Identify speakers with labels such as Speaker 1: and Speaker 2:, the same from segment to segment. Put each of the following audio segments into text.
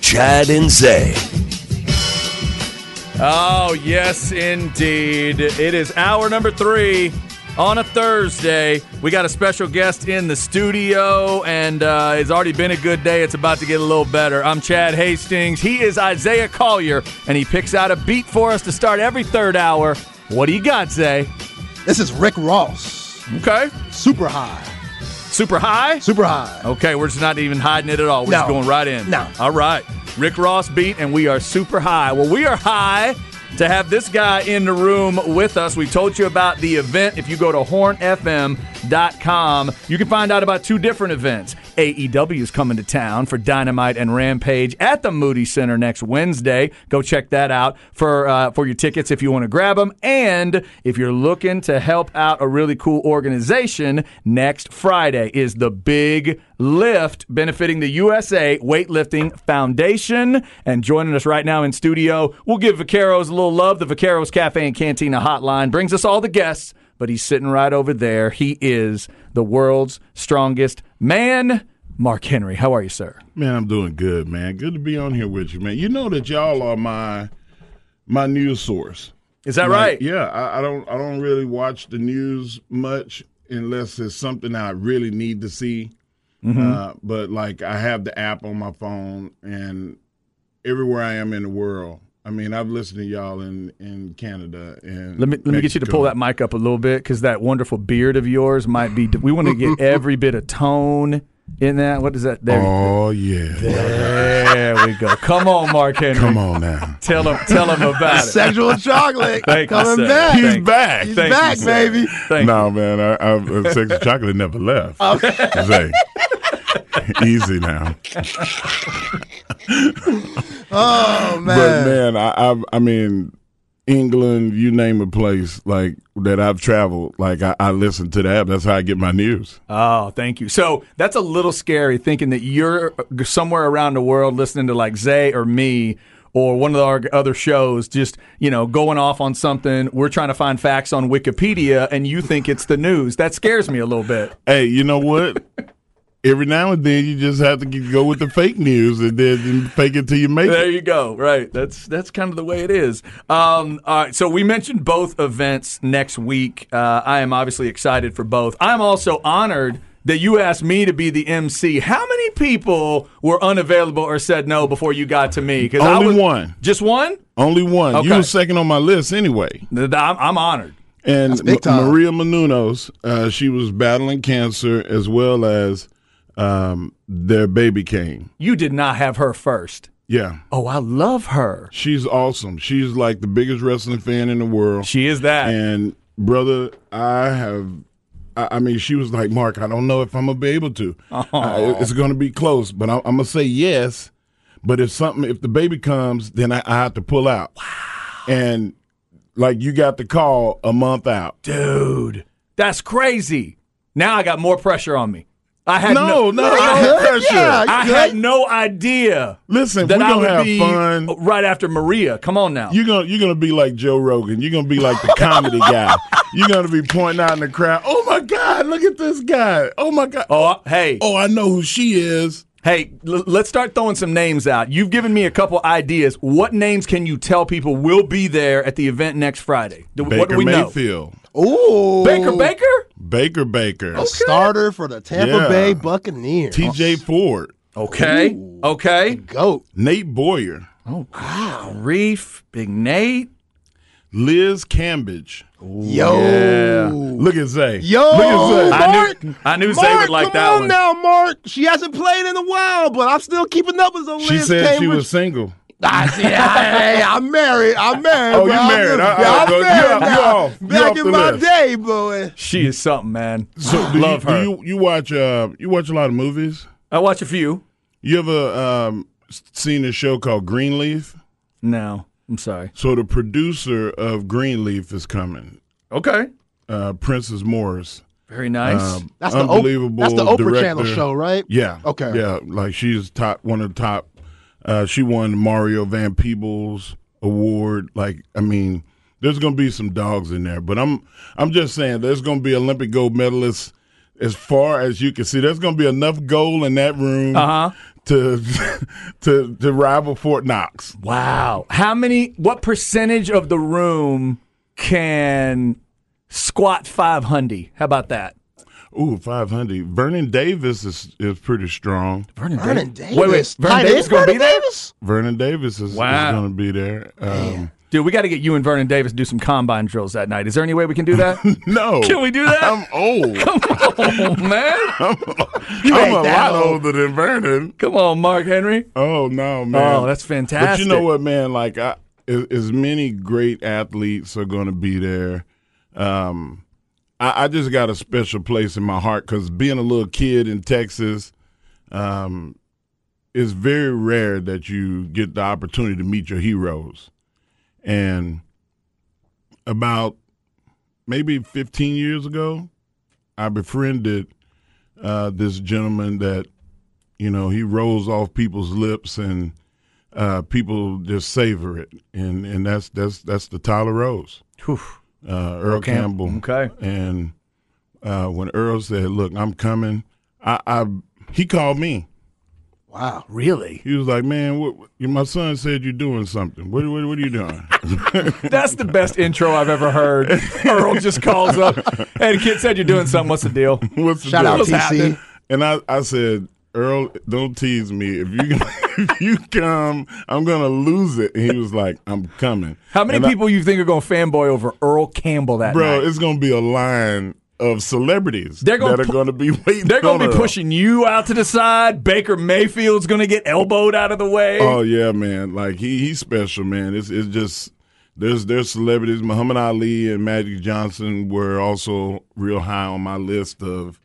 Speaker 1: Chad and Zay.
Speaker 2: Oh, yes, indeed. It is hour number three on a Thursday. We got a special guest in the studio, and uh, it's already been a good day. It's about to get a little better. I'm Chad Hastings. He is Isaiah Collier, and he picks out a beat for us to start every third hour. What do you got, Zay?
Speaker 3: This is Rick Ross.
Speaker 2: Okay.
Speaker 3: Super high.
Speaker 2: Super high?
Speaker 3: Super high.
Speaker 2: Okay, we're just not even hiding it at all. We're just
Speaker 3: No.
Speaker 2: going right in.
Speaker 3: No.
Speaker 2: All right. Rick Ross beat, and we are super high. Well, we are high to have this guy in the room with us. We told you about the event. If you go to hornfm.com, you can find out about two different events. AEW is coming to town for Dynamite and Rampage at the Moody Center next Wednesday. Go check that out for uh, for your tickets if you want to grab them. And if you're looking to help out a really cool organization, next Friday is the big lift benefiting the USA Weightlifting Foundation. And joining us right now in studio, we'll give Vaqueros a little love. The Vaqueros Cafe and Cantina hotline brings us all the guests, but he's sitting right over there. He is the world's strongest man, Mark Henry. How are you, sir?
Speaker 4: Man, I'm doing good, man. Good to be on here with you, man. You know that y'all are my my news source.
Speaker 2: Is that
Speaker 4: Like,
Speaker 2: right?
Speaker 4: Yeah, I, I don't I don't really watch the news much unless it's something I really need to see.
Speaker 2: Mm-hmm.
Speaker 4: Uh, but like I have the app on my phone, and everywhere I am in the world, I mean, I've listened to y'all in in Canada and
Speaker 2: Let me let me get you to pull that
Speaker 4: Mexico.
Speaker 2: mic up a little bit because that wonderful beard of yours might be. We want to get every bit of tone in that. What is that? There,
Speaker 4: Oh yeah,
Speaker 2: there we go. Come on, Mark Henry.
Speaker 4: come on now.
Speaker 2: Tell him, tell him about it.
Speaker 3: Sexual chocolate.
Speaker 2: Thank you, sir.
Speaker 3: Coming back.
Speaker 2: He's
Speaker 3: He's
Speaker 4: Back.
Speaker 2: Thank you,
Speaker 3: back,
Speaker 2: sir.
Speaker 3: baby.
Speaker 2: Thank Oh.
Speaker 4: no, man, I, I, uh, sex and chocolate never left. Zay. Easy now,
Speaker 3: Oh,
Speaker 4: but
Speaker 3: man.
Speaker 4: man, I, I I mean, England, you name a place like that I've traveled. Like I, I listen to the app. That's how I get my news.
Speaker 2: Oh, thank you. So that's a little scary thinking that you're uh, somewhere around the world listening to like Zay or me or one of our other shows, just, you know, going off on something. We're trying to find facts on Wikipedia and you think it's the news. That scares me a little bit.
Speaker 4: Hey, you know what? Every now and then, you just have to get, go with the fake news and then then fake it till you make
Speaker 2: There
Speaker 4: it.
Speaker 2: you go. Right. That's that's kind of the way it is. Um, all right. So we mentioned both events next week. Uh, I am obviously excited for both. I'm also honored that you asked me to be the MC. How many people were unavailable or said no before you got to me? Because
Speaker 4: Only one.
Speaker 2: Just one.
Speaker 4: Only one.
Speaker 2: Okay.
Speaker 4: You were second on my list anyway.
Speaker 2: Th- th- I'm, I'm honored.
Speaker 4: And
Speaker 3: big
Speaker 4: M-
Speaker 3: time.
Speaker 4: Maria Menounos, uh, she was battling cancer as well as um, their baby came.
Speaker 2: You did not have her first.
Speaker 4: Yeah,
Speaker 2: Oh, I love her.
Speaker 4: she's awesome. She's like the biggest wrestling fan in the world.
Speaker 2: She is that.
Speaker 4: and brother, I have. I I mean, she was like, Mark, I don't know if I'm gonna be able to. Uh, it's gonna be close, but I'm, I'm gonna say yes. But if something, if the baby comes, then I, I have to pull out. Wow. And like, you got the call a month out.
Speaker 2: Dude, that's crazy. Now I got more pressure on me. I had
Speaker 4: No, no, I
Speaker 2: I
Speaker 4: had
Speaker 2: had-
Speaker 4: pressure.
Speaker 2: I had no idea.
Speaker 4: Listen,
Speaker 2: that
Speaker 4: we're
Speaker 2: I
Speaker 4: gonna
Speaker 2: would
Speaker 4: have
Speaker 2: be
Speaker 4: fun.
Speaker 2: right after Maria. Come on now.
Speaker 4: You're gonna you're gonna be like Joe Rogan. You're gonna be like the comedy guy. You're gonna be pointing out in the crowd. Oh my God, look at this guy. Oh my God.
Speaker 2: oh, I- hey,
Speaker 4: Oh, I know who she is.
Speaker 2: hey, l- let's start throwing some names out. You've given me a couple ideas. What names can you tell people will be there at the event next Friday? Do- what do
Speaker 4: Baker
Speaker 2: we
Speaker 4: Mayfield.
Speaker 3: Ooh.
Speaker 2: know? Baker Baker?
Speaker 4: Baker Baker.
Speaker 3: A starter for the Tampa
Speaker 4: Yeah.
Speaker 3: Bay Buccaneers.
Speaker 4: T.J. Ford.
Speaker 2: Okay. Okay.
Speaker 3: Goat.
Speaker 4: Nate Boyer.
Speaker 2: Reef, Big Nate.
Speaker 4: Liz Cambage.
Speaker 3: Yo.
Speaker 4: Look at Zay.
Speaker 3: Yo.
Speaker 4: Look at Zay.
Speaker 2: I
Speaker 3: Mark.
Speaker 2: knew I knew
Speaker 3: Mark,
Speaker 2: Zay would like
Speaker 3: come
Speaker 2: that
Speaker 3: on
Speaker 2: one.
Speaker 3: now, Mark. She hasn't played in a while, but I'm still keeping up with on
Speaker 4: She
Speaker 3: Liz
Speaker 4: said she
Speaker 3: Cambridge.
Speaker 4: was single.
Speaker 3: I see. I, am married. I'm married.
Speaker 4: Oh, you
Speaker 3: bro. I'm
Speaker 4: married.
Speaker 3: just-
Speaker 4: I-
Speaker 3: yeah,
Speaker 4: I-
Speaker 3: I'm
Speaker 4: you-
Speaker 3: married
Speaker 4: you-
Speaker 3: now.
Speaker 4: you off- you
Speaker 3: Back
Speaker 4: off
Speaker 3: in
Speaker 4: the
Speaker 3: my
Speaker 4: list.
Speaker 3: day, boy.
Speaker 2: She is something, man.
Speaker 4: So do
Speaker 2: Love
Speaker 4: you,
Speaker 2: her.
Speaker 4: Do you, you watch uh you watch a lot of movies.
Speaker 2: I watch a few.
Speaker 4: You ever um s- seen a show called Greenleaf?
Speaker 2: No, I'm sorry.
Speaker 4: So the producer of Greenleaf is coming.
Speaker 2: Okay.
Speaker 4: Uh, Princess Morris.
Speaker 2: Very nice.
Speaker 4: Um,
Speaker 3: That's the Oprah.
Speaker 4: unbelievable
Speaker 3: That's the Oprah Channel
Speaker 4: director.
Speaker 3: show, right?
Speaker 4: Yeah.
Speaker 3: Okay.
Speaker 4: Yeah, like she's top one of the top. Uh, she won Mario Van Peebles award. Like, I mean, there's gonna be some dogs in there, but I'm I'm just saying there's gonna be Olympic gold medalists as far as you can see. There's gonna be enough gold in that room
Speaker 2: Uh-huh.
Speaker 4: to to to rival Fort Knox.
Speaker 2: wow. How many? What percentage of the room can squat five hundy? How about that?
Speaker 4: Ooh, 500. Vernon Davis is is pretty strong.
Speaker 2: Vernon,
Speaker 3: Vernon
Speaker 2: Davis-
Speaker 3: Davis.
Speaker 2: Wait, wait. Vernon
Speaker 3: Tight
Speaker 2: Davis
Speaker 3: end
Speaker 2: going to be
Speaker 3: Vernon
Speaker 2: there?
Speaker 3: Davis?
Speaker 4: Vernon Davis is,
Speaker 2: Wow.
Speaker 4: is gonna be there. Um,
Speaker 2: Dude, we got to get you and Vernon Davis to do some combine drills that night. Is there any way we can do that?
Speaker 4: no,
Speaker 2: Can we do that?
Speaker 4: I'm old.
Speaker 2: oh, man.
Speaker 4: I'm a
Speaker 3: ain't that
Speaker 4: lot
Speaker 3: old.
Speaker 4: older than Vernon.
Speaker 2: Come on, Mark Henry.
Speaker 4: Oh no, man!
Speaker 2: Oh, that's
Speaker 4: But
Speaker 2: fantastic.
Speaker 4: you know what, man? Like, I, as, as many great athletes are going to be there. Um, I, I just got a special place in my heart because being a little kid in Texas, um, it's very rare that you get the opportunity to meet your heroes. And about maybe 15 years ago, I befriended uh, this gentleman that, you know, he rolls off people's lips and uh, people just savor it, and and that's that's that's the Tyler Rose,
Speaker 2: Whew.
Speaker 4: uh, Earl
Speaker 2: Camp-
Speaker 4: Campbell.
Speaker 2: okay.
Speaker 4: and uh, when Earl said, "Look, I'm coming," I, I he called me.
Speaker 3: Wow.
Speaker 2: Really?
Speaker 4: He was like, "Man, what, what- my son said you're doing something. What what, what are you doing?"
Speaker 2: That's the best intro I've ever heard. Earl just calls up. Hey, the kid said you're doing something. What's the deal?
Speaker 4: What's the
Speaker 3: Shout
Speaker 4: deal?
Speaker 3: out
Speaker 2: What's
Speaker 3: TC.
Speaker 2: happening?
Speaker 4: And I, I said, Earl, don't tease me. If you if you come, I'm gonna lose it. And he was like, "I'm coming."
Speaker 2: How many
Speaker 4: And I-
Speaker 2: people you think are going to fanboy over Earl Campbell that
Speaker 4: bro?
Speaker 2: night?
Speaker 4: It's gonna be a line of celebrities
Speaker 2: They're gonna
Speaker 4: that are
Speaker 2: pu-
Speaker 4: gonna be waiting.
Speaker 2: They're going
Speaker 4: on
Speaker 2: to be
Speaker 4: Earl.
Speaker 2: pushing you out to the side. Baker Mayfield's going to get elbowed out of the way.
Speaker 4: Oh yeah, man. Like he he's special, man. It's it's just there's there's celebrities. Muhammad Ali and Magic Johnson were also real high on my list of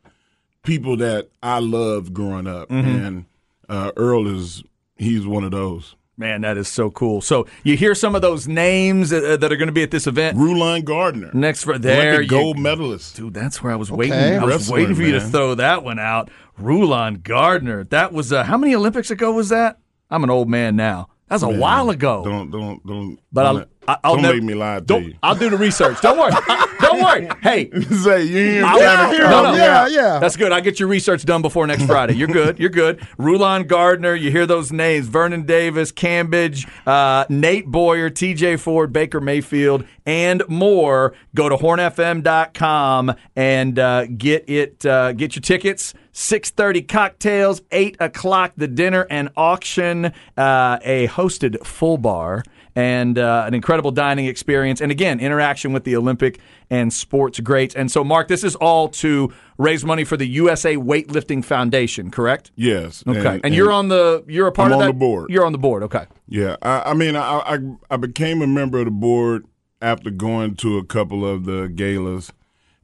Speaker 4: people that I loved growing up,
Speaker 2: Mm-hmm.
Speaker 4: and uh, Earl is he's one of those.
Speaker 2: Man, that is so cool. So you hear some of those names uh, that are going to be at this event.
Speaker 4: Rulon Gardner,
Speaker 2: Next for there,
Speaker 4: Olympic
Speaker 2: you
Speaker 4: gold medalist.
Speaker 2: Dude, that's where I was waiting.
Speaker 3: Okay.
Speaker 2: I was
Speaker 4: Wrestler,
Speaker 2: waiting for you to
Speaker 4: man.
Speaker 2: throw that one out. Rulon Gardner. That was uh, how many Olympics ago was that? I'm an old man now. That was a while ago.
Speaker 4: Don't don't don't.
Speaker 2: oh. but I'll,
Speaker 4: don't,
Speaker 2: I- I'll
Speaker 4: don't
Speaker 2: never-
Speaker 4: make me lie to
Speaker 2: don't-
Speaker 4: you.
Speaker 2: I'll do the research. Don't worry. I- don't worry. Hey,
Speaker 4: Say you ain't
Speaker 2: I
Speaker 4: trying
Speaker 2: will-
Speaker 4: to
Speaker 3: here,
Speaker 2: no,
Speaker 4: call
Speaker 2: no,
Speaker 4: me
Speaker 3: yeah,
Speaker 4: out.
Speaker 3: yeah.
Speaker 2: That's good. I get your research done before next Friday. You're good. You're good. Rulon Gardner. You hear those names: Vernon Davis, Cambridge, uh, Nate Boyer, T.J. Ford, Baker Mayfield, and more. Go to hornfm.com and uh, get it. Uh, get your tickets. 6.30 cocktails 8 o'clock the dinner and auction uh, a hosted full bar and uh, an incredible dining experience. And again, interaction with the Olympic and sports greats. And so, Mark, this is all to raise money for the USA Weightlifting Foundation, correct?
Speaker 4: Yes.
Speaker 2: Okay. And, you're on the you're a part
Speaker 4: I'm
Speaker 2: of
Speaker 4: on
Speaker 2: that?
Speaker 4: the board.
Speaker 2: You're on the board. Okay.
Speaker 4: Yeah, I, I mean, I, I I became a member of the board after going to a couple of the galas,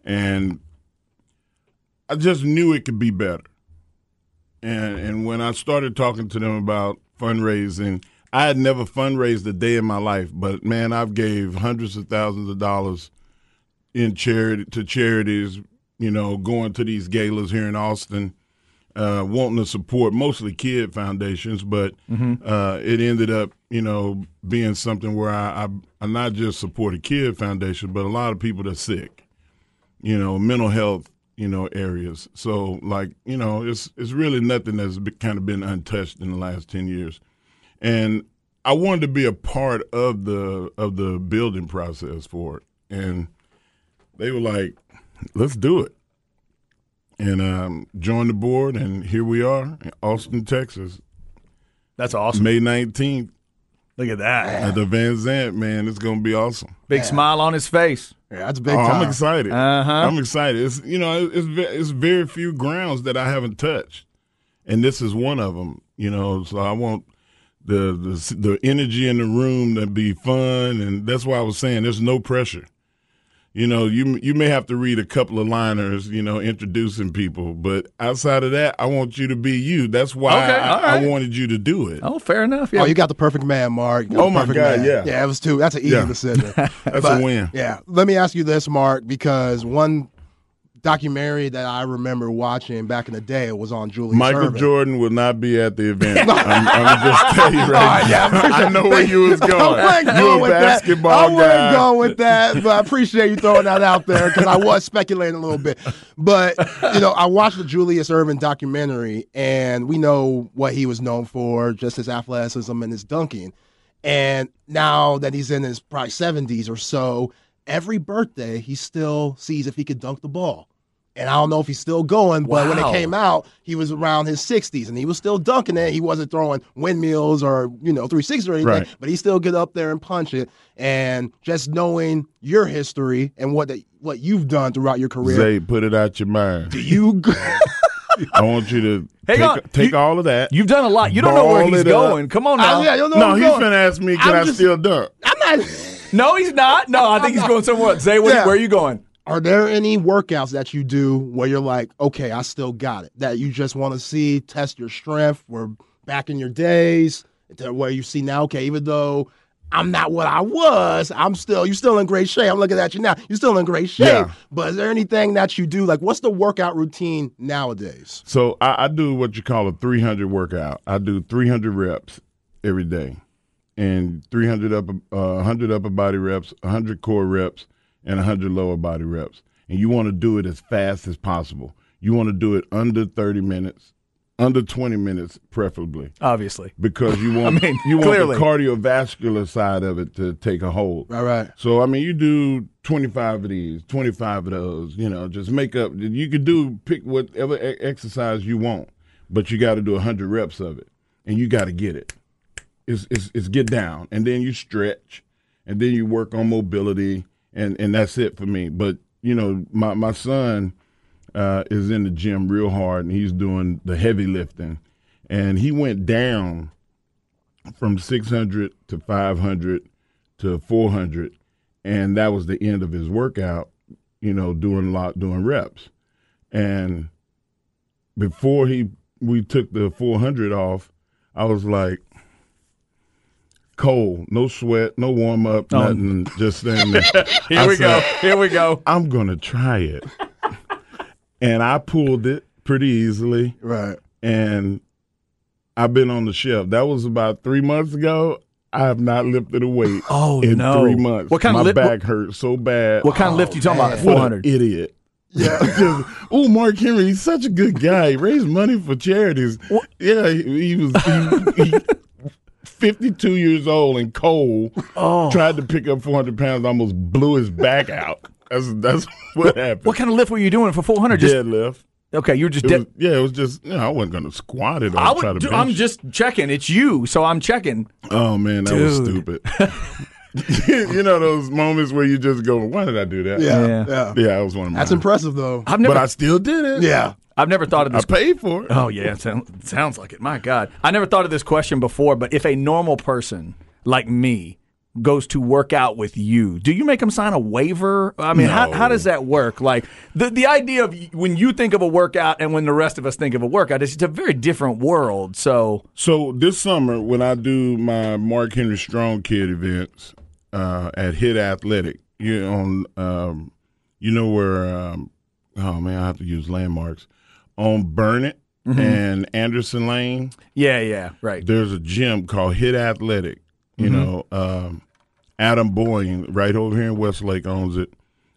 Speaker 4: and I just knew it could be better. And and when I started talking to them about fundraising, I had never fundraised a day in my life, but man, I've gave hundreds of thousands of dollars in charity to charities. You know, going to these galas here in Austin uh, wanting to support mostly kid foundations, but uh, it ended up, you know, being something where I, I, I not just support a kid foundation, but a lot of people that's sick, you know, mental health, you know, areas. So like, you know, it's it's really nothing that's be, kind of been untouched in the last ten years, and I wanted to be a part of the of the building process for it, and they were like, let's do it and um, joined the board, and here we are in Austin, Texas,
Speaker 2: That's awesome.
Speaker 4: May 19th
Speaker 2: Look at that.
Speaker 4: at the Van Zandt, man. It's going to be awesome.
Speaker 2: Big smile on his face.
Speaker 3: Yeah, that's big
Speaker 4: Oh,
Speaker 3: time.
Speaker 4: I'm excited.
Speaker 2: Uh-huh.
Speaker 4: I'm excited. It's, you know, it- it's, ve- it's very few grounds that I haven't touched, and this is one of them, you know, so I want the the the energy in the room to be fun, and that's why I was saying there's no pressure. You know, you you may have to read a couple of liners, you know, introducing people, but outside of that, I want you to be you. That's why
Speaker 2: Okay, all
Speaker 4: I, I
Speaker 2: right.
Speaker 4: wanted you to do it.
Speaker 2: Oh, fair enough.
Speaker 3: Oh,
Speaker 2: Yeah.
Speaker 3: you got the perfect man, Mark. You got
Speaker 4: Oh,
Speaker 3: the
Speaker 4: my
Speaker 3: perfect
Speaker 4: God,
Speaker 3: man.
Speaker 4: yeah.
Speaker 3: yeah. That was two. That's an easy
Speaker 4: Yeah.
Speaker 3: decision.
Speaker 4: That's a win.
Speaker 3: Yeah. Let me ask you this, Mark, because one documentary that I remember watching back in the day was on Julie
Speaker 4: Michael
Speaker 3: Servin.
Speaker 4: Jordan will not be at the event. I'm, I'm just telling you right
Speaker 3: Oh,
Speaker 4: now. I know where you was going.
Speaker 3: I wasn't
Speaker 4: you
Speaker 3: going
Speaker 4: a
Speaker 3: with
Speaker 4: basketball
Speaker 3: that. I wasn't
Speaker 4: guy.
Speaker 3: going with that, but I appreciate you throwing that out there because I was speculating a little bit. But you know, I watched the Julius Irvin documentary, and we know what he was known for, just his athleticism and his dunking. And now that he's in his probably seventies or so, every birthday he still sees if he could dunk the ball. And I don't know if he's still going, but when
Speaker 2: Wow.
Speaker 3: it came out, he was around his 60s and he was still dunking it. He wasn't throwing windmills or, you know, 360 or anything,
Speaker 4: Right.
Speaker 3: but he still get up there and punch it. And just knowing your history and what the, what you've done throughout your career,
Speaker 4: Zay, put it out your mind.
Speaker 3: you
Speaker 4: I want you to
Speaker 2: Hang
Speaker 4: take,
Speaker 2: on.
Speaker 4: take
Speaker 2: You-
Speaker 4: all of that.
Speaker 2: You've done a lot. You don't know where
Speaker 4: Ball
Speaker 2: he's
Speaker 4: it up.
Speaker 2: going. Come on now.
Speaker 3: I, yeah, I don't know.
Speaker 4: no,
Speaker 3: where
Speaker 4: he's
Speaker 3: I'm going.
Speaker 4: finna ask me, can
Speaker 3: I'm
Speaker 4: i
Speaker 3: just-
Speaker 4: still dunk?
Speaker 3: I'm not.
Speaker 2: No, he's not. No, I think he's going somewhere else. Zay, where,
Speaker 3: Yeah.
Speaker 2: where are you going?
Speaker 3: Are there any workouts that you do where you're like, okay, I still got it? That you just want to see, test your strength. We're back in your days to where you see now. Okay, even though I'm not what I was, I'm still you're still in great shape. I'm looking at you now. You're still in great shape.
Speaker 4: Yeah.
Speaker 3: But is there anything that you do? Like, what's the workout routine nowadays?
Speaker 4: So I, I do what you call a 300 workout. I do 300 reps every day, and 300 upper, uh, 100 upper body reps, 100 core reps, and 100 lower body reps. And you want to do it as fast as possible. You want to do it under 30 minutes, under 20 minutes, preferably,
Speaker 2: Obviously.
Speaker 4: because you want
Speaker 2: mean,
Speaker 4: you want
Speaker 2: clearly.
Speaker 4: the cardiovascular side of it to take a hold.
Speaker 3: All right.
Speaker 4: So I mean, you do twenty five of these, twenty five of those. You know, just make up. You could do pick whatever e- exercise you want, but you got to do hundred reps of it, and you got to get it. It's, it's it's get down, and then you stretch, and then you work on mobility, and and that's it for me. But you know, my my son uh, is in the gym real hard, and he's doing the heavy lifting, and he went down from 600 to 500 to 400 and that was the end of his workout you know doing a lot doing reps and before he we took the 400 off i was like cold no sweat no warm up
Speaker 2: Oh.
Speaker 4: nothing just standing there
Speaker 2: Here
Speaker 4: I
Speaker 2: we go.
Speaker 4: said,
Speaker 2: Here we go.
Speaker 4: i'm gonna try it and i pulled it pretty easily
Speaker 3: Right.
Speaker 4: and I've been on the shelf. That was about three months ago. I have not lifted a weight
Speaker 2: Oh,
Speaker 4: in
Speaker 2: no.
Speaker 4: three months.
Speaker 2: What kind
Speaker 4: My
Speaker 2: of lift-
Speaker 4: back Oh, hurt so bad.
Speaker 2: What kind of lift you talking about?
Speaker 3: man.
Speaker 4: What an
Speaker 2: 400.
Speaker 4: idiot. Yeah. oh, Mark Henry, he's such a good guy. He raised money for charities.
Speaker 2: What?
Speaker 4: Yeah, he, he was he, he- 52 years old and cold.
Speaker 2: Oh.
Speaker 4: Tried to pick up 400 pounds, almost blew his back out. That's that's what happened.
Speaker 2: What kind of lift were you doing for 400? Just
Speaker 4: Deadlift.
Speaker 2: Okay, you were just
Speaker 4: It
Speaker 2: dead.
Speaker 4: was, yeah, it was just. You know, I wasn't gonna squat it. Or
Speaker 2: I
Speaker 4: try to
Speaker 2: would, dude, I'm
Speaker 4: bench it.
Speaker 2: just checking. It's you, so I'm checking.
Speaker 4: Oh man, that was
Speaker 2: Dude.
Speaker 4: stupid. you know those moments where you just go, "Why did I do that?"
Speaker 3: Yeah.
Speaker 2: Yeah.
Speaker 3: Yeah.
Speaker 4: yeah, I was one of my.
Speaker 3: That's impressive, though.
Speaker 2: I've
Speaker 4: But
Speaker 2: never,
Speaker 4: I still did it.
Speaker 3: Yeah.
Speaker 2: I've never thought of
Speaker 4: I
Speaker 2: this.
Speaker 4: paid for it.
Speaker 2: Oh yeah, it sound, it sounds like it. My God, I never thought of this question before. But if a normal person like me goes to work out with you, do you make them sign a waiver? I mean, how,
Speaker 4: No.
Speaker 2: how does that work? Like the the idea of y- when you think of a workout and when the rest of us think of a workout, it's, it's a very different world. So
Speaker 4: So this summer, when I do my Mark Henry Strong Kid events uh, at Hit Athletic, you on, um, you know where? Um, oh man, I have to use landmarks on Burnett and Anderson Lane.
Speaker 2: yeah, yeah, right.
Speaker 4: there's a gym called Hit Athletic. You know, um, Adam Boying right over here in Westlake owns it.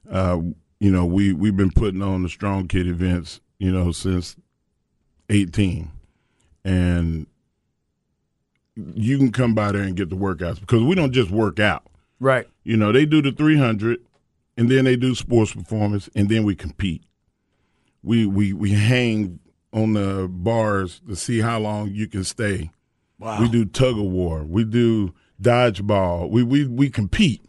Speaker 4: Uh, you know, we we've been putting on the Strong Kid events. You know, since 18, and you can come by there and get the workouts because we don't just work out.
Speaker 2: Right.
Speaker 4: You know, they do the 300 and then they do sports performance and then we compete. We we we hang on the bars to see how long you can stay. Wow. We do tug of war. We do dodgeball. We we we compete.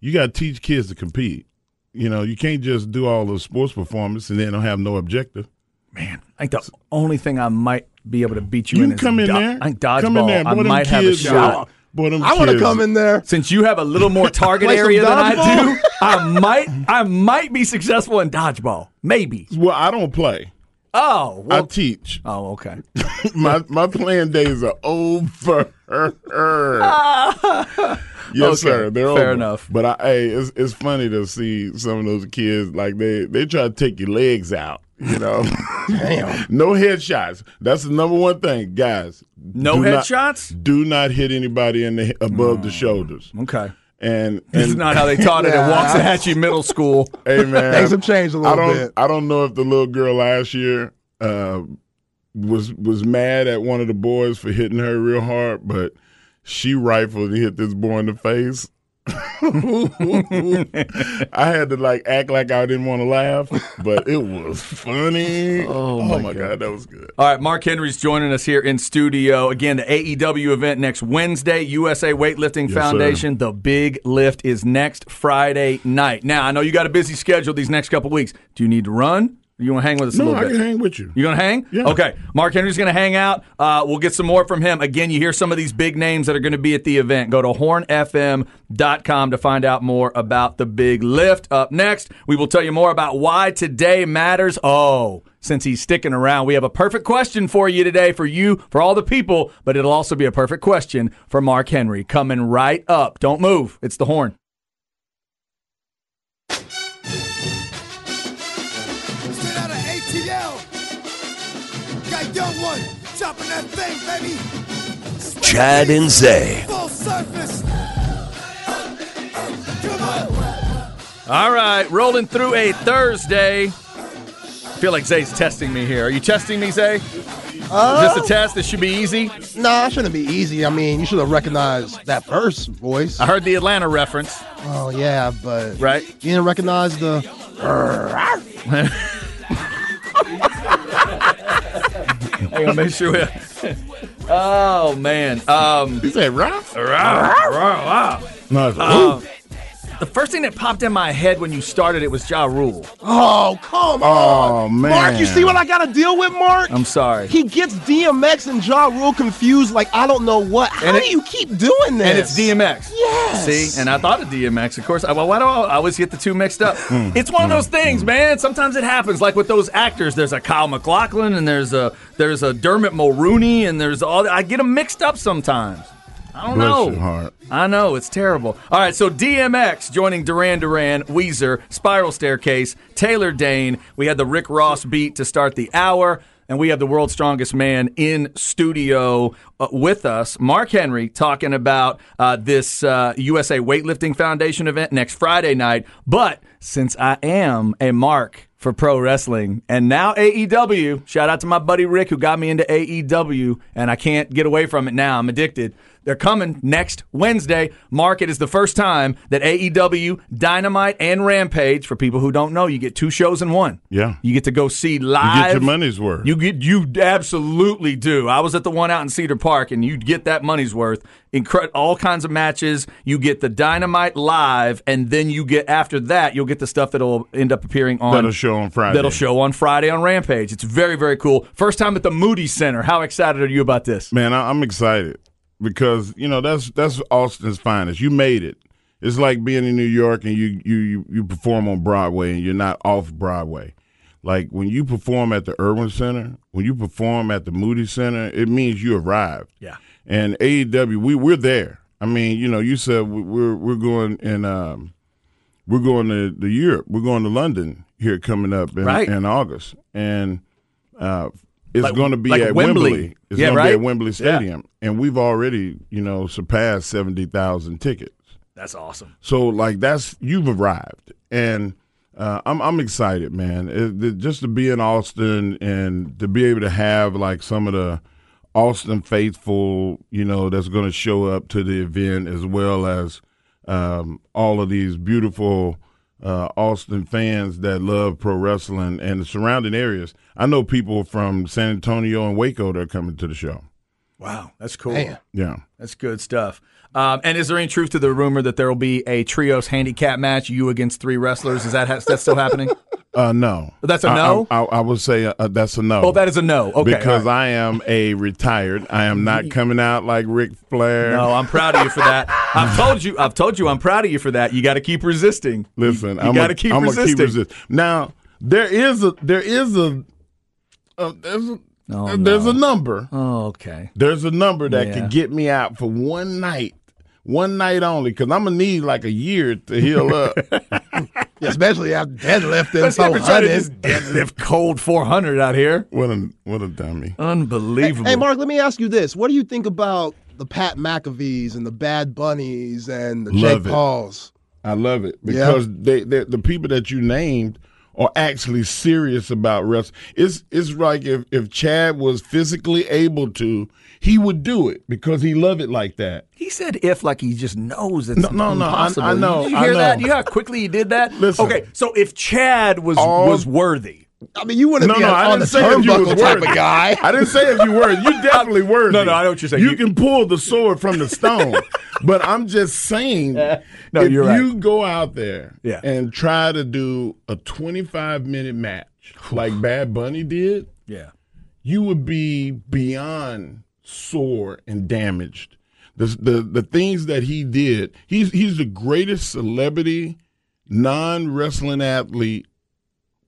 Speaker 4: You got to teach kids to compete. You know, you can't just do all the sports performance and then don't have no objective.
Speaker 2: I think the only thing I might be able to beat you,
Speaker 4: You
Speaker 2: in.
Speaker 4: come in
Speaker 2: do-
Speaker 4: there.
Speaker 2: I think
Speaker 4: Come in
Speaker 2: dodgeball.
Speaker 4: there.
Speaker 2: I
Speaker 4: Boy, them
Speaker 2: might have a
Speaker 4: kids,
Speaker 2: shot.
Speaker 4: y'all. Boy, them
Speaker 3: I want to
Speaker 4: kids.
Speaker 3: come in there.
Speaker 2: Since you have a little more target
Speaker 3: Play some
Speaker 2: area than I do,
Speaker 3: dodgeball?
Speaker 2: I might I might be successful in dodgeball. Maybe.
Speaker 4: Well, I don't play.
Speaker 2: Oh,
Speaker 4: I
Speaker 2: well,
Speaker 4: teach.
Speaker 2: oh, okay.
Speaker 4: my my playing days are over. yes, sir. They're
Speaker 2: fair
Speaker 4: over.
Speaker 2: enough.
Speaker 4: But I, hey, it's it's funny to see some of those kids like they they try to take your legs out. You know, damn. No headshots. That's the number one thing, guys.
Speaker 2: No
Speaker 4: do not-
Speaker 2: headshots?
Speaker 4: do not hit anybody in the above the shoulders.
Speaker 2: Okay.
Speaker 4: And, and
Speaker 2: This is not how they taught it
Speaker 3: Yeah.
Speaker 2: at Waxahachie Middle School.
Speaker 4: Hey man,
Speaker 3: Things have changed a little
Speaker 4: I don't,
Speaker 3: bit.
Speaker 4: I don't know if the little girl last year uh, was was mad at one of the boys for hitting her real hard, but she rifled and hit this boy in the face. I had to like act like I didn't want to laugh, but it was funny. Oh, my god. that was good.
Speaker 2: All right, Mark Henry's joining us here in studio. Again, the AEW event next Wednesday, USA Weightlifting
Speaker 4: Yes,
Speaker 2: Foundation. The big lift is next Friday night. Now, I know you got a busy schedule these next couple weeks. Do you need to run? Or you want to hang with us a
Speaker 4: No,
Speaker 2: little
Speaker 4: I
Speaker 2: bit?
Speaker 4: can hang with you.
Speaker 2: You gonna hang?
Speaker 4: Yeah.
Speaker 2: Okay. Mark Henry's gonna hang out. Uh, we'll get some more from him. Again, you hear some of these big names that are gonna be at the event. Go to hornfm.com to find out more about the big lift. Up next, we will tell you more about why today matters. Oh, since he's sticking around, we have a perfect question for you today for you, for all the people, but it'll also be a perfect question for Mark Henry coming right up. Don't move. It's the horn.
Speaker 1: Straight out of ATL. Got young one, dropping that thing, baby. Swing
Speaker 5: Chad
Speaker 1: it,
Speaker 5: and Zay.
Speaker 1: Full surface. Come on.
Speaker 2: All right, rolling through a Thursday. feel like Zay's testing me here. Are you testing me, Zay? Is this a test? This should be easy.
Speaker 3: No, nah, it shouldn't be easy. I mean, you should have recognized that first voice.
Speaker 2: I heard the Atlanta reference,
Speaker 3: Oh yeah, but
Speaker 2: right?
Speaker 3: you didn't recognize the.
Speaker 2: I gotta make sure. we- oh man. Um,
Speaker 4: You say Ralph? No,
Speaker 2: Uh,
Speaker 4: it's, ooh.
Speaker 2: the first thing that popped in my head when you started it was Ja Rule.
Speaker 3: Oh come
Speaker 4: Oh,
Speaker 3: on,
Speaker 4: man.
Speaker 3: Mark! You see what I got to deal with, Mark?
Speaker 2: I'm sorry.
Speaker 3: He gets DMX and Ja Rule confused, like I don't know what. How
Speaker 2: And it-
Speaker 3: do you keep doing this?
Speaker 2: And it's DMX.
Speaker 3: Yes.
Speaker 2: See, and I thought of DMX, of course. I, well, why do I I always get the two mixed up?
Speaker 4: Hmm.
Speaker 2: it's one of those things, man. Sometimes it happens. Like with those actors, there's a Kyle McLaughlin and there's a there's a Dermot Mulrooney and there's all. I get them mixed up sometimes. I don't
Speaker 4: Bless
Speaker 2: know.
Speaker 4: your heart.
Speaker 2: I know it's terrible. All right, so DMX joining Duran Duran, Weezer, Spiral Staircase, Taylor Dane. We had the Rick Ross beat to start the hour, and we have the world's strongest man in studio uh, with us, Mark Henry, talking about uh, this uh, USA Weightlifting Foundation event next Friday night. But since I am a Mark for pro wrestling and now AEW. Shout out to my buddy Rick who got me into AEW and I can't get away from it now. I'm addicted. They're coming next Wednesday. Mark, it is the first time that AEW, Dynamite, and Rampage, for people who don't know, you get two shows in one.
Speaker 4: Yeah.
Speaker 2: You get to go see live.
Speaker 4: You get your money's worth.
Speaker 2: You get you absolutely do. I was at the one out in Cedar Park, and you get that money's worth. Incre- all kinds of matches. You get the Dynamite live, and then you get after that, you'll get the stuff that'll end up appearing on
Speaker 4: That'll show on Friday.
Speaker 2: That'll show on Friday on Rampage. It's very very cool. First time at the Moody Center. How excited are you about this?
Speaker 4: Man, I, I'm excited because you know that's that's Austin's finest. You made it. It's like being in New York and you you you, you perform on Broadway and you're not off Broadway. Like when you perform at the Irwin Center, when you perform at the Moody Center, it means you arrived.
Speaker 2: Yeah.
Speaker 4: And AEW, we we're there. I mean, you know, you said we- we're we're going and um, we're going to, to Europe. We're going to London here coming up in,
Speaker 2: Right.
Speaker 4: in August, and uh, it's
Speaker 2: Like-
Speaker 4: going to be
Speaker 2: like
Speaker 4: at
Speaker 2: Wembley.
Speaker 4: Wembley. It's
Speaker 2: Yeah,
Speaker 4: going to
Speaker 2: right?
Speaker 4: be at Wembley Stadium, and we've already you know surpassed seventy thousand tickets.
Speaker 2: That's awesome.
Speaker 4: So like that's you've arrived, and uh, I'm I'm excited, man. It- the- just to be in Austin and to be able to have like some of the Austin faithful, you know, that's going to show up to the event as well as um, all of these beautiful uh, Austin fans that love pro wrestling and the surrounding areas. I know people from San Antonio and Waco that are coming to the show.
Speaker 2: Wow, that's cool.
Speaker 3: Man.
Speaker 4: Yeah.
Speaker 2: That's good stuff. Um, and is there any truth to the rumor that there will be a trios handicap match, you against three wrestlers? Is that ha- that's still happening?
Speaker 4: Uh, no.
Speaker 2: That's a
Speaker 4: I-
Speaker 2: no?
Speaker 4: I, I, I would say uh, that's a no.
Speaker 2: Oh, that is a no. Okay.
Speaker 4: because
Speaker 2: all right.
Speaker 4: I am a retired. I am not coming out like Ric Flair.
Speaker 2: No, I'm proud of you for that. I've told you. I've told you. I'm proud of you for that. You got to keep resisting.
Speaker 4: Listen,
Speaker 2: you
Speaker 4: I'm
Speaker 2: got
Speaker 4: gonna
Speaker 2: to keep
Speaker 4: I'm
Speaker 2: resisting.
Speaker 4: Gonna keep resist. Now there is a there is a uh, there's a
Speaker 2: Oh,
Speaker 4: there's
Speaker 2: no.
Speaker 4: a number.
Speaker 2: Oh, okay.
Speaker 4: There's a number that
Speaker 2: Yeah.
Speaker 4: could get me out for one night, one night only, because I'm gonna need like a year to heal up.
Speaker 3: especially after deadlifting.
Speaker 2: Let's
Speaker 3: so
Speaker 2: never try to
Speaker 3: honey.
Speaker 2: just deadlift cold 400 out here.
Speaker 4: what a what a dummy.
Speaker 2: Unbelievable.
Speaker 3: Hey, Mark, let me ask you this: What do you think about the Pat McAfees and the Bad Bunnies and the
Speaker 4: Love
Speaker 3: Jake
Speaker 4: it.
Speaker 3: Pauls?
Speaker 4: I love it
Speaker 3: Yeah.
Speaker 4: because they, they the people that you named are actually serious about wrestling. It's it's like if if Chad was physically able to, he would do it because he loved it like that.
Speaker 2: He said if like he just knows it's
Speaker 4: No, no, no, I-
Speaker 2: impossible.
Speaker 4: I know,
Speaker 2: Did you
Speaker 4: I
Speaker 2: hear that?
Speaker 4: know.
Speaker 2: You know how quickly he did that?
Speaker 4: Listen.
Speaker 2: Okay, so if Chad was
Speaker 4: All-
Speaker 2: was worthy.
Speaker 3: I mean, you wouldn't
Speaker 4: No,
Speaker 3: be
Speaker 4: no,
Speaker 3: on,
Speaker 4: I
Speaker 3: on the
Speaker 4: didn't say if you was
Speaker 3: turnbuckle type
Speaker 4: worthy.
Speaker 3: of guy.
Speaker 4: I didn't say if you were. You definitely were.
Speaker 2: No, no, I know what you're saying.
Speaker 4: You,
Speaker 2: You-
Speaker 4: can pull the sword from the stone, but I'm just saying.
Speaker 2: No,
Speaker 4: if
Speaker 2: you're right.
Speaker 4: you go out there
Speaker 2: Yeah.
Speaker 4: and try to do a 25 minute match like Bad Bunny did,
Speaker 2: Yeah.
Speaker 4: you would be beyond sore and damaged. The the, the things that he did, he's he's the greatest celebrity non wrestling athlete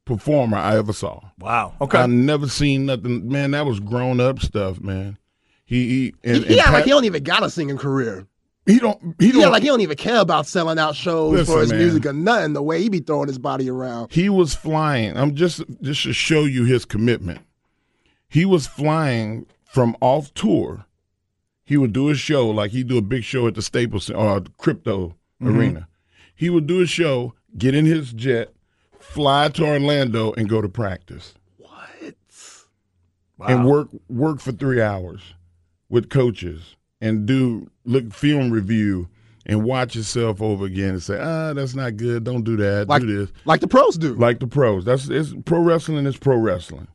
Speaker 4: performer I ever saw.
Speaker 2: Wow. Okay.
Speaker 4: I never seen nothing. Man, that was grown up stuff, man. He, he and,
Speaker 3: He,
Speaker 4: and
Speaker 3: yeah, like
Speaker 4: Pat-
Speaker 3: he don't even got a singing career.
Speaker 4: he don't he don't
Speaker 3: Yeah, like he don't even care about selling out shows
Speaker 4: Listen,
Speaker 3: for his
Speaker 4: man.
Speaker 3: music or nothing. The way he be throwing his body around.
Speaker 4: He was flying. I'm just just to show you his commitment. He was flying from off tour. He would do a show like he do a big show at the Staples Center or Crypto Arena. He would do a show, get in his jet, fly to Orlando, and go to practice
Speaker 2: wow.
Speaker 4: and work work for three hours with coaches and do look film review and watch yourself over again and say, ah, that's not good. Don't do that.
Speaker 3: Like,
Speaker 4: do this
Speaker 3: like the pros do.
Speaker 4: like the pros. That's it's pro wrestling is pro wrestling.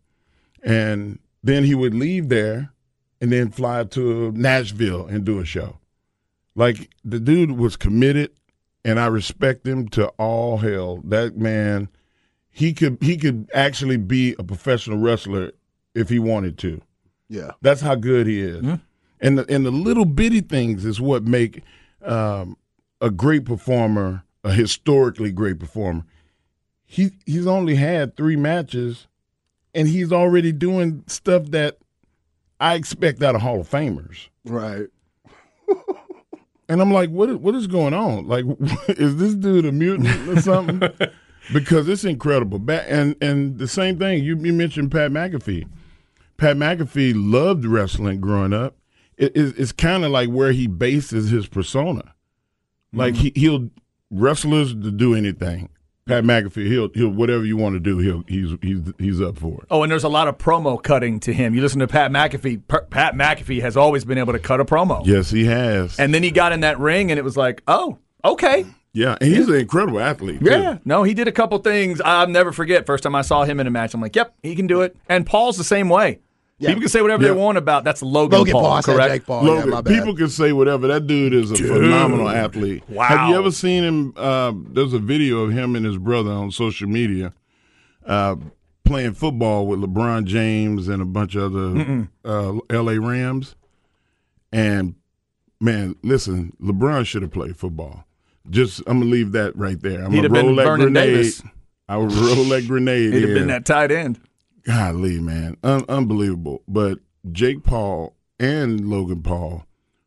Speaker 4: And then he would leave there and then fly to Nashville and do a show. Like the dude was committed and I respect him to all hell. That man he could he could actually be a professional wrestler if he wanted to.
Speaker 3: yeah.
Speaker 4: That's how good he is. And the, and the little bitty things is what make um, a great performer, a historically great performer. He he's only had three matches, and he's already doing stuff that I expect out of Hall of Famers.
Speaker 3: Right.
Speaker 4: And I'm like, what is, what is going on? Like, is this dude a mutant or something? because it's incredible. Ba- And and the same thing you, you mentioned Pat McAfee. Pat McAfee loved wrestling growing up. It, it- it's kind of like where he bases his persona. Like
Speaker 2: Mm-hmm.
Speaker 4: he he'll wrestlers to do anything. Pat McAfee he'll he'll whatever you want to do he'll he's he's he's up for it.
Speaker 2: Oh, and there's a lot of promo cutting to him. You listen to Pat McAfee. Per- Pat McAfee has always been able to cut a promo.
Speaker 4: Yes, he has.
Speaker 2: And then he got in that ring, and it was like, oh, okay,
Speaker 4: yeah, and he's an incredible athlete. too.
Speaker 2: Yeah. No, he did a couple things I'll never forget. First time I saw him in a match, I'm like, yep, he can do it. And Paul's the same way. People can say whatever
Speaker 4: Yeah.
Speaker 2: they want about that's Logan,
Speaker 3: Logan
Speaker 2: Paul,
Speaker 3: Paul, I said
Speaker 2: correct?
Speaker 3: Jake Paul. yeah,
Speaker 4: Logan,
Speaker 3: my bad.
Speaker 4: people can say whatever. That dude is a phenomenal athlete.
Speaker 2: Wow.
Speaker 4: Have you ever seen him? Uh, there's a video of him and his brother on social media uh, playing football with LeBron James and a bunch of other uh, L.A. Rams. And man, listen, LeBron should have played football. Just I'm gonna leave that right there. I'm
Speaker 2: He'd have
Speaker 4: gonna
Speaker 2: been
Speaker 4: roll that
Speaker 2: Vernon
Speaker 4: grenade.
Speaker 2: Davis.
Speaker 4: I would roll that grenade.
Speaker 2: He'd have
Speaker 4: in.
Speaker 2: been that tight end.
Speaker 4: Golly, man, Un- unbelievable! But Jake Paul and Logan Paul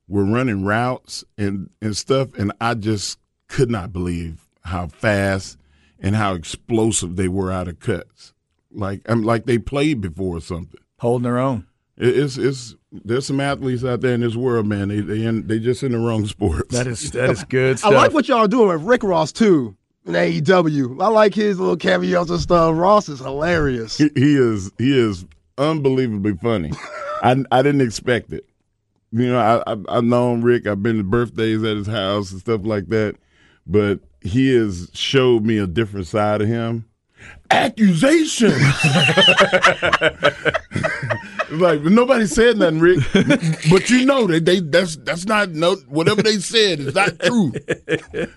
Speaker 4: were running routes and and stuff, and I just could not believe how fast and how explosive they were out of cuts. Like I'm like they played before or something.
Speaker 2: Holding their own.
Speaker 4: It- It's it's there's some athletes out there in this world, man. They they in, they just in the wrong sports.
Speaker 2: That is that is good
Speaker 3: I
Speaker 2: stuff.
Speaker 3: like what y'all doing with Rick Ross too in AEW. I like his little cameos and stuff. Ross is hilarious.
Speaker 4: he, he is he is unbelievably funny. I I didn't expect it. You know, I, I I've known Rick. I've been to birthdays at his house and stuff like that. But he has showed me a different side of him. Accusations. Like nobody said nothing, Rick. but you know that they that's that's not no whatever they said is not true.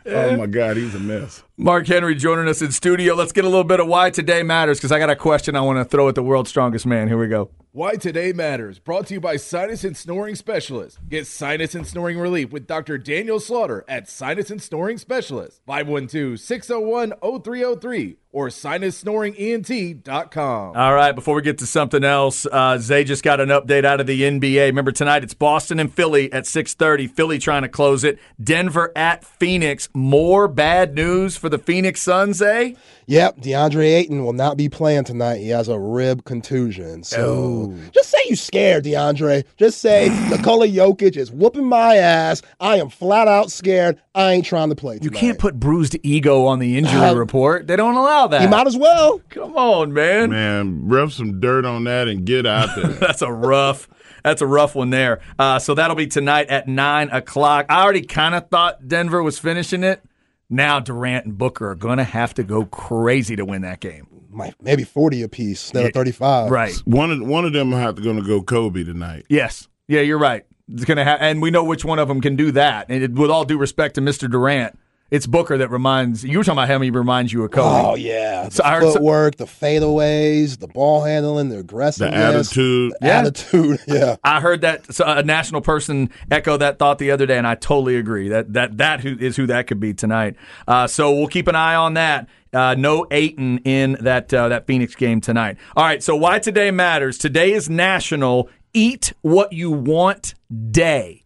Speaker 4: oh my God, he's a mess.
Speaker 2: Mark Henry joining us in studio. Let's get a little bit of why today matters because I got a question I want to throw at the world's strongest man. Here we go.
Speaker 6: Why Today Matters, brought to you by Sinus and Snoring Specialist. Get sinus and snoring relief with Dr. Daniel Slaughter at Sinus and Snoring Specialist, 512 601 0303 or E sinussnoringent.com.
Speaker 2: All right, before we get to something else, uh, Zay just got an update out of the NBA. Remember tonight it's Boston and Philly at 6:30. Philly trying to close it. Denver at Phoenix. More bad news for the Phoenix Suns, Zay.
Speaker 3: Yep, DeAndre Ayton will not be playing tonight. He has a rib contusion.
Speaker 2: Oh.
Speaker 3: So just say you scared, DeAndre. Just say Nikola Jokic is whooping my ass. I am flat out scared. I ain't trying to play.
Speaker 2: You
Speaker 3: tonight."
Speaker 2: can't put bruised ego on the injury
Speaker 3: Uh,
Speaker 2: report. They don't allow that.
Speaker 3: You might as well.
Speaker 2: Come on, man.
Speaker 4: Man, rub some dirt on that and get out there.
Speaker 2: That's a rough. That's a rough one there. Uh, so that'll be tonight at nine o'clock. I already kind of thought Denver was finishing it. Now Durant and Booker are going to have to go crazy to win that game.
Speaker 3: Might- Maybe forty apiece instead of thirty-five.
Speaker 2: Right.
Speaker 4: one of one of them have to gonna go Kobe tonight.
Speaker 2: Yes. Yeah, you're right. It's going to ha- and we know which one of them can do that. And it, with all due respect to Mr. Durant, it's Booker that reminds you were talking about how he reminds you of Kobe.
Speaker 3: Oh yeah, the
Speaker 2: So I heard so-
Speaker 3: footwork, the fadeaways, the ball handling, the
Speaker 4: The
Speaker 3: aggressiveness,
Speaker 4: attitude.
Speaker 3: the
Speaker 2: Yeah.
Speaker 3: attitude. Yeah,
Speaker 2: I heard that so a national person echo that thought the other day, and I totally agree. That that that who is who that could be tonight. Uh, so we'll keep an eye on that. Uh, no Aiton in that uh, that Phoenix game tonight. All right. So why today matters? Today is National Eat What You Want Day.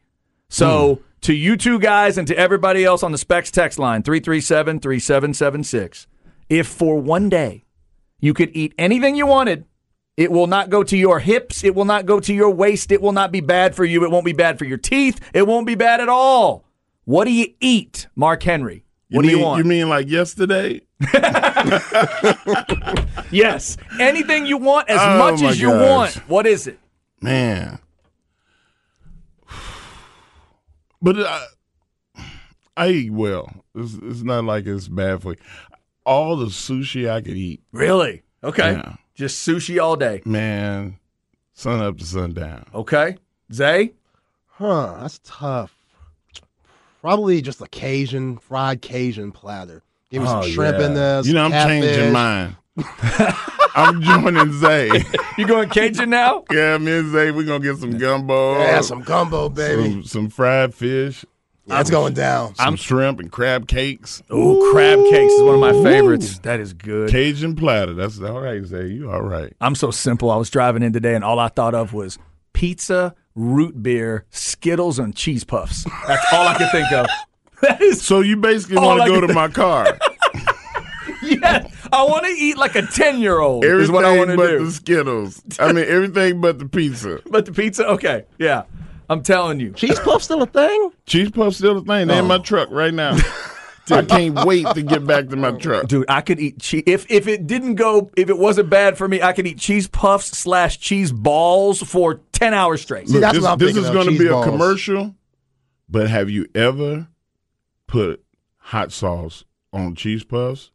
Speaker 2: So
Speaker 4: Hmm.
Speaker 2: to you two guys and to everybody else on the Specs text line 337-3776, if for one day you could eat anything you wanted. It will not go to your hips. It will not go to your waist. It will not be bad for you. It won't be bad for your teeth. It won't be bad at all. What do you eat, Mark Henry? What
Speaker 4: mean,
Speaker 2: do you want?
Speaker 4: mean like yesterday?
Speaker 2: yes. Anything you want, as
Speaker 4: Oh,
Speaker 2: much
Speaker 4: my
Speaker 2: as you
Speaker 4: gosh.
Speaker 2: want. What is it?
Speaker 4: Man. But I, I eat well. It's, it's not like it's bad for you. All the sushi I could eat,
Speaker 2: Really? Okay.
Speaker 4: Yeah.
Speaker 2: Just sushi all day.
Speaker 4: man, sun up to sundown.
Speaker 2: Okay. Zay?
Speaker 3: huh? That's tough. Probably just a Cajun fried Cajun platter. Give me some
Speaker 4: Oh,
Speaker 3: shrimp
Speaker 4: yeah.
Speaker 3: in there.
Speaker 4: You know,
Speaker 3: some
Speaker 4: I'm
Speaker 3: catfish.
Speaker 4: changing mine. I'm joining Zay.
Speaker 2: You going Cajun now?
Speaker 4: Yeah, me and Zay, we're going to get some gumbo.
Speaker 3: Yeah, some gumbo, baby.
Speaker 4: some, some fried fish,
Speaker 3: That's going down.
Speaker 4: some shrimp and crab cakes.
Speaker 2: Ooh, crab cakes is one of my favorites. That is good.
Speaker 4: Cajun platter. That's all right, Zay. You all right.
Speaker 2: I'm so simple. I was driving in today, and all I thought of was pizza, root beer, Skittles, and cheese puffs. That's all I could think of. That is
Speaker 4: So you basically
Speaker 2: All
Speaker 4: want
Speaker 2: I
Speaker 4: to go
Speaker 2: can-
Speaker 4: to my car.
Speaker 2: yes. I want to eat like a ten year old. Is
Speaker 4: Everything
Speaker 2: what I want to
Speaker 4: but
Speaker 2: do.
Speaker 4: the Skittles. I mean, everything but the pizza.
Speaker 2: But the pizza, okay, yeah. I'm telling you,
Speaker 3: Cheese puff still a thing?
Speaker 4: Cheese puff's still the thing. They in my truck right now. Oh. I can't wait to get back to my truck.
Speaker 2: dude. I could eat cheese if if it didn't go if it wasn't bad for me. I could eat cheese puffs slash cheese balls for ten hours straight.
Speaker 3: See, that's
Speaker 4: this
Speaker 3: what I'm
Speaker 4: this
Speaker 3: thinking
Speaker 4: is
Speaker 3: of,
Speaker 4: gonna
Speaker 3: cheese
Speaker 4: be
Speaker 3: balls.
Speaker 4: a commercial, but have you ever put hot sauce on cheese puffs?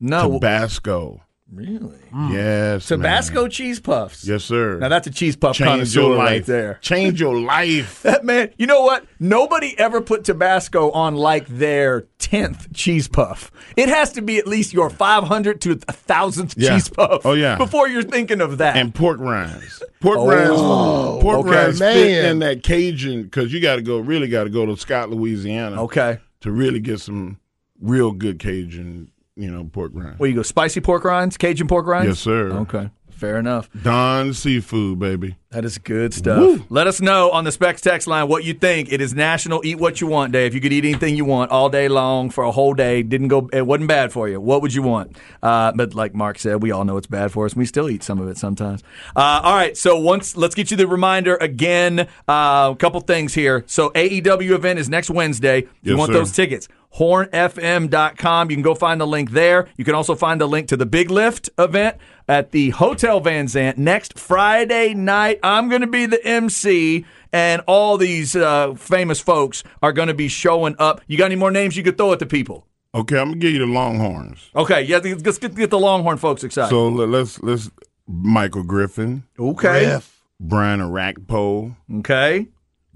Speaker 2: No,
Speaker 4: Tabasco.
Speaker 2: Oh, really,
Speaker 4: Yes. man.
Speaker 2: Tabasco cheese puffs.
Speaker 4: Yes, sir.
Speaker 2: Now that's a cheese puff
Speaker 4: Change
Speaker 2: connoisseur
Speaker 4: your life.
Speaker 2: right there.
Speaker 4: Change your life.
Speaker 2: That man, you know what? Nobody ever put Tabasco on like their 10th cheese puff. It has to be at least your 500 to 1,000th
Speaker 4: Yeah.
Speaker 2: cheese puff
Speaker 4: Oh, yeah.
Speaker 2: before you're thinking of that.
Speaker 4: and pork rinds. Pork rinds. Pork
Speaker 2: Oh, okay.
Speaker 4: rinds fit
Speaker 3: Man.
Speaker 4: in that Cajun because you got to go. Really got to go to Scott, Louisiana,
Speaker 2: okay.
Speaker 4: to really get some real good Cajun, you know, pork rind.
Speaker 2: Well, you go spicy pork rinds, Cajun pork rinds?
Speaker 4: Yes, sir.
Speaker 2: Okay. Fair enough.
Speaker 4: Don seafood, baby.
Speaker 2: That is good stuff. Let us know on the Specs text line what you think. It is National Eat What You Want Day. If you could eat anything you want all day long for a whole day, didn't go, it wasn't bad for you. What would you want? Uh, but like Mark said, we all know it's bad for us. and We still eat some of it sometimes. Uh, all right, so once let's get you the reminder again. Uh, a couple things here. So AEW event is next Wednesday. If you
Speaker 4: Yes,
Speaker 2: want
Speaker 4: sir.
Speaker 2: those tickets? Hornfm.com. You can go find the link there. You can also find the link to the Big Lift event at the Hotel Van Zant next Friday night. I'm going to be the MC, and all these uh, famous folks are going to be showing up. You got any more names you could throw at the people?
Speaker 4: Okay, I'm gonna give you the Longhorns.
Speaker 2: Okay, yeah, let's get, get the Longhorn folks excited.
Speaker 4: So le- let's let's Michael Griffin,
Speaker 2: Okay.
Speaker 3: Riff.
Speaker 4: Brian Arakpo,
Speaker 2: Okay.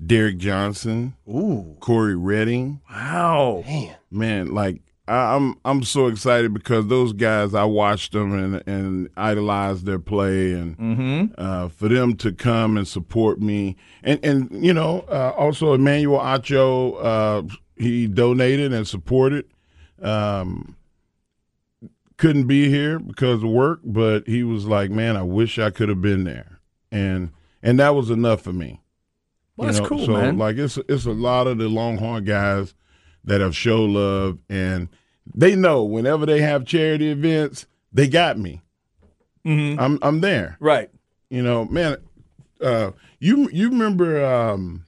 Speaker 4: Derek Johnson,
Speaker 2: Ooh.
Speaker 4: Corey Redding.
Speaker 2: Wow.
Speaker 3: Man.
Speaker 4: Man, like I, I'm I'm so excited because those guys I watched them and and idolized their play and
Speaker 2: Mm-hmm.
Speaker 4: uh, for them to come and support me and and you know uh, also Emmanuel Acho uh, he donated and supported. Um, couldn't be here because of work, but he was like, "Man, I wish I could have been there," and and that was enough for me.
Speaker 2: Well,
Speaker 4: You
Speaker 2: that's
Speaker 4: know,
Speaker 2: cool,
Speaker 4: so,
Speaker 2: man.
Speaker 4: Like it's it's a lot of the Longhorn guys that have show love, and they know whenever they have charity events, they got me.
Speaker 2: Mm-hmm.
Speaker 4: I'm I'm there.
Speaker 2: right.
Speaker 4: You know, man. Uh, you you remember um,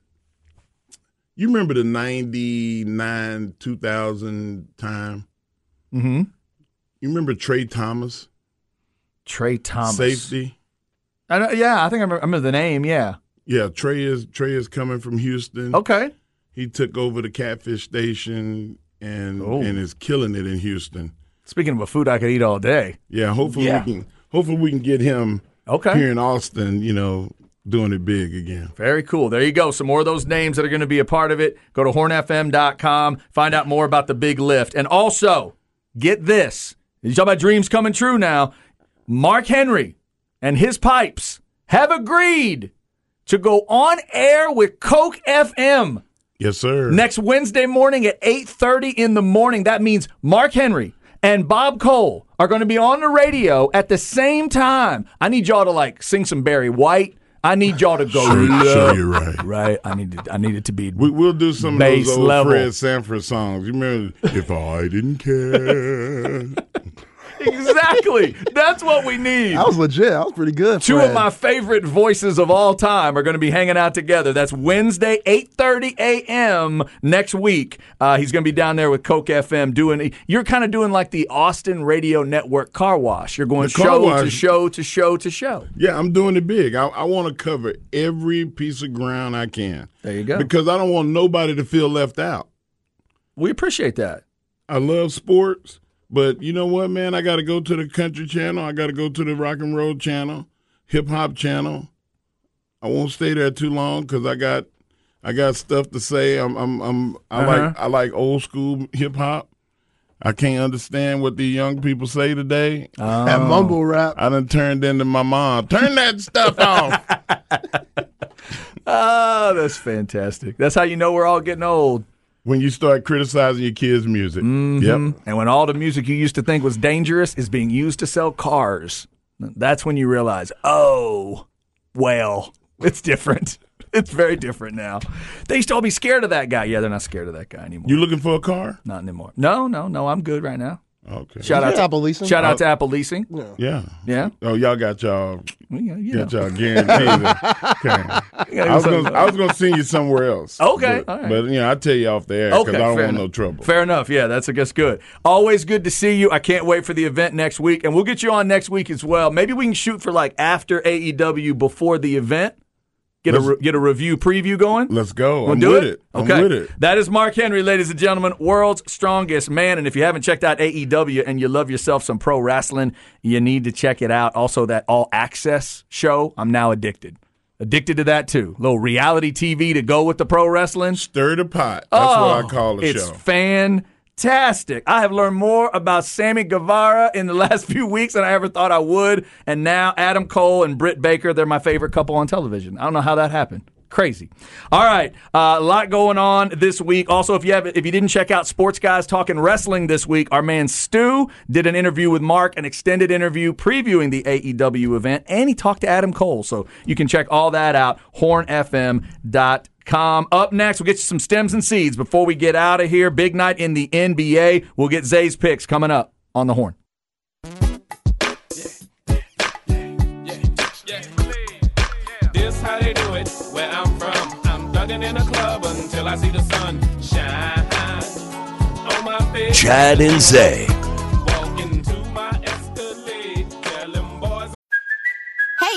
Speaker 4: you remember the '99 2000 time.
Speaker 2: Mm-hmm.
Speaker 4: You remember Trey Thomas,
Speaker 2: Trey Thomas.
Speaker 4: safety.
Speaker 2: I know, yeah, I think I remember, I remember the name. Yeah.
Speaker 4: Yeah, Trey is Trey is coming from Houston.
Speaker 2: Okay.
Speaker 4: He took over the Catfish Station and
Speaker 2: Oh.
Speaker 4: and is killing it in Houston.
Speaker 2: Speaking of a food I could eat all day.
Speaker 4: Yeah, hopefully
Speaker 2: Yeah.
Speaker 4: we can hopefully we can get him
Speaker 2: Okay.
Speaker 4: here in Austin, you know, doing it big again.
Speaker 2: Very cool. There you go. Some more of those names that are going to be a part of it. Go to hornfm.com, find out more about the big lift. And also, get this. You talk about dreams coming true now. Mark Henry and his pipes have agreed to go on air with Coke FM
Speaker 4: Yes, sir.
Speaker 2: next Wednesday morning at 8:30 in the morning. That means Mark Henry and Bob Cole are going to be on the radio at the same time. I need y'all to like sing some Barry White. I need y'all to go
Speaker 4: Sure,
Speaker 2: low.
Speaker 4: sure, you're right.
Speaker 2: Right. I need to, I need it to be
Speaker 4: We, we'll do some
Speaker 2: Base
Speaker 4: of those old
Speaker 2: level.
Speaker 4: Fred Sanford songs. You remember, if I didn't care.
Speaker 2: exactly. That's what we need.
Speaker 3: That was legit. That was pretty good.
Speaker 2: Two of
Speaker 3: Fred.
Speaker 2: my favorite voices of all time are going to be hanging out together. That's Wednesday, 8.30 a.m. next week. Uh, he's going to be down there with Coke FM doing, you're kind of doing like the Austin Radio Network car wash. You're going
Speaker 4: The car
Speaker 2: show to
Speaker 4: wash.
Speaker 2: show to show to show.
Speaker 4: Yeah, I'm doing it big. I, I want to cover every piece of ground I can.
Speaker 2: There you go.
Speaker 4: Because I don't want nobody to feel left out.
Speaker 2: We appreciate that.
Speaker 4: I love sports, but you know what, man? I got to go to the country channel. I got to go to the rock and roll channel, hip hop channel. I won't stay there too long because I got, I got stuff to say. I'm, I'm, I'm I like, I like old school hip hop. I can't understand what the young people say today.
Speaker 3: that mumble rap.
Speaker 4: I done turned into my mom. Turn that stuff off.
Speaker 2: Oh, that's fantastic. That's how you know we're all getting old.
Speaker 4: when you start criticizing your kids' music. Yep.
Speaker 2: And when all the music you used to think was dangerous is being used to sell cars, that's when you realize, oh, well, it's different. It's very different now. They used to all be scared of that guy. Yeah, they're not scared of that guy anymore.
Speaker 4: You looking for a car?
Speaker 2: not anymore. No, no, no. I'm good right now.
Speaker 4: Okay.
Speaker 2: Shout out
Speaker 3: Yeah,
Speaker 2: to
Speaker 3: Apple Leasing.
Speaker 2: Shout out to
Speaker 4: Oh.
Speaker 2: Apple Leasing.
Speaker 4: Yeah.
Speaker 2: Yeah.
Speaker 4: Oh, y'all got y'all
Speaker 2: Well, yeah, you know.
Speaker 4: got y'all guaranteed. okay. I was gonna, I was gonna send you somewhere else.
Speaker 2: Okay,
Speaker 4: but,
Speaker 2: all right.
Speaker 4: but, you know, I tell you off the air because
Speaker 2: Okay,
Speaker 4: I don't
Speaker 2: fair
Speaker 4: want no
Speaker 2: enough.
Speaker 4: trouble.
Speaker 2: Fair enough. Yeah, that's I guess good. Always good to see you. I can't wait for the event next week, and we'll get you on next week as well. Maybe we can shoot for like after AEW before the event. Get a
Speaker 4: Let's-
Speaker 2: re- get a review preview going.
Speaker 4: Let's go.
Speaker 2: We'll
Speaker 4: I'm
Speaker 2: do
Speaker 4: with
Speaker 2: it.
Speaker 4: it.
Speaker 2: Okay.
Speaker 4: I'm with it.
Speaker 2: That is Mark Henry, ladies and gentlemen, world's strongest man. And if you haven't checked out AEW and you love yourself some pro wrestling, you need to check it out. Also, that All Access show. I'm now addicted. Addicted to that too. Little reality TV to go with the pro wrestling.
Speaker 4: Stir the pot. That's what I call the
Speaker 2: Oh, It's
Speaker 4: show.
Speaker 2: fantastic. I have learned more about Sammy Guevara in the last few weeks than I ever thought I would. And now Adam Cole and Britt Baker, they're my favorite couple on television. I don't know how that happened. Crazy. All right, uh, a lot going on this week. Also, if you have, if you didn't check out Sports Guys Talking Wrestling this week, our man Stu did an interview with Mark, an extended interview previewing the AEW event, and he talked to Adam Cole. So you can check all that out. HornFM.com. Com. Up next, we'll get you some stems and seeds before we get out of here. Big night in the NBA. We'll get Zay's picks coming up on the horn.
Speaker 7: This how they do it, where I'm from. I'm thugging in a club until I see the sun shine on my face.
Speaker 5: Chad and Zay.
Speaker 7: Walk into my Escalade, tell them boys
Speaker 8: Hey,